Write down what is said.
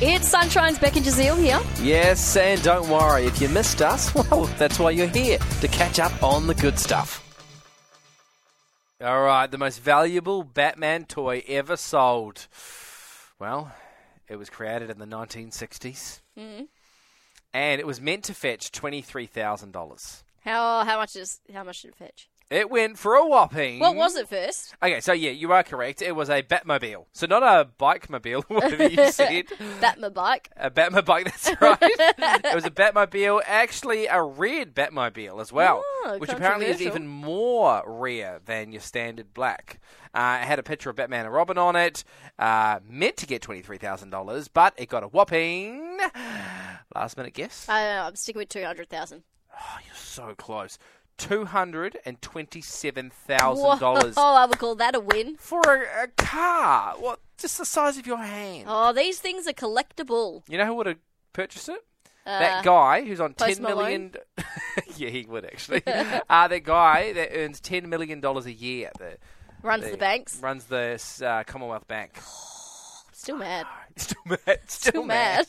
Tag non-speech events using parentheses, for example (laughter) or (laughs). It's Sunshine's Beck and Giselle here. Yes, and don't worry, if you missed us, (laughs) well, that's why you're here, to catch up on the good stuff. All right, the most valuable Batman toy ever sold. Well, it was created in the 1960s. Mm-hmm. And it was meant to fetch $23,000. How how much is how much did it fetch? It went for a whopping. What was it first? Okay, so yeah, you are correct. It was a Batmobile. So not a bike mobile, (laughs) whatever (laughs) you said. That my bike. A Batmobile, (laughs) that's right. it was a Batmobile, actually a red Batmobile as well, Oh, which apparently is controversial. even more rare than your standard black. Uh, it had a picture of Batman and Robin on it, uh, meant to get $23,000, but it got a whopping. (sighs) Last minute guess? I don't know, I'm sticking with two hundred thousand. Oh, you're so close. $227,000 Oh, (laughs) I would call that a win. for a, a car. What? Just the size of your hand. Oh, these things are collectible. You know who would have purchased it? Uh, that guy who's on Post ten million. (laughs) yeah, he would (laughs) actually. uh, that guy that earns ten million dollars a year. That runs the, banks. Runs the uh, (sighs) Commonwealth Bank. Still mad. Still mad. Still, Still mad.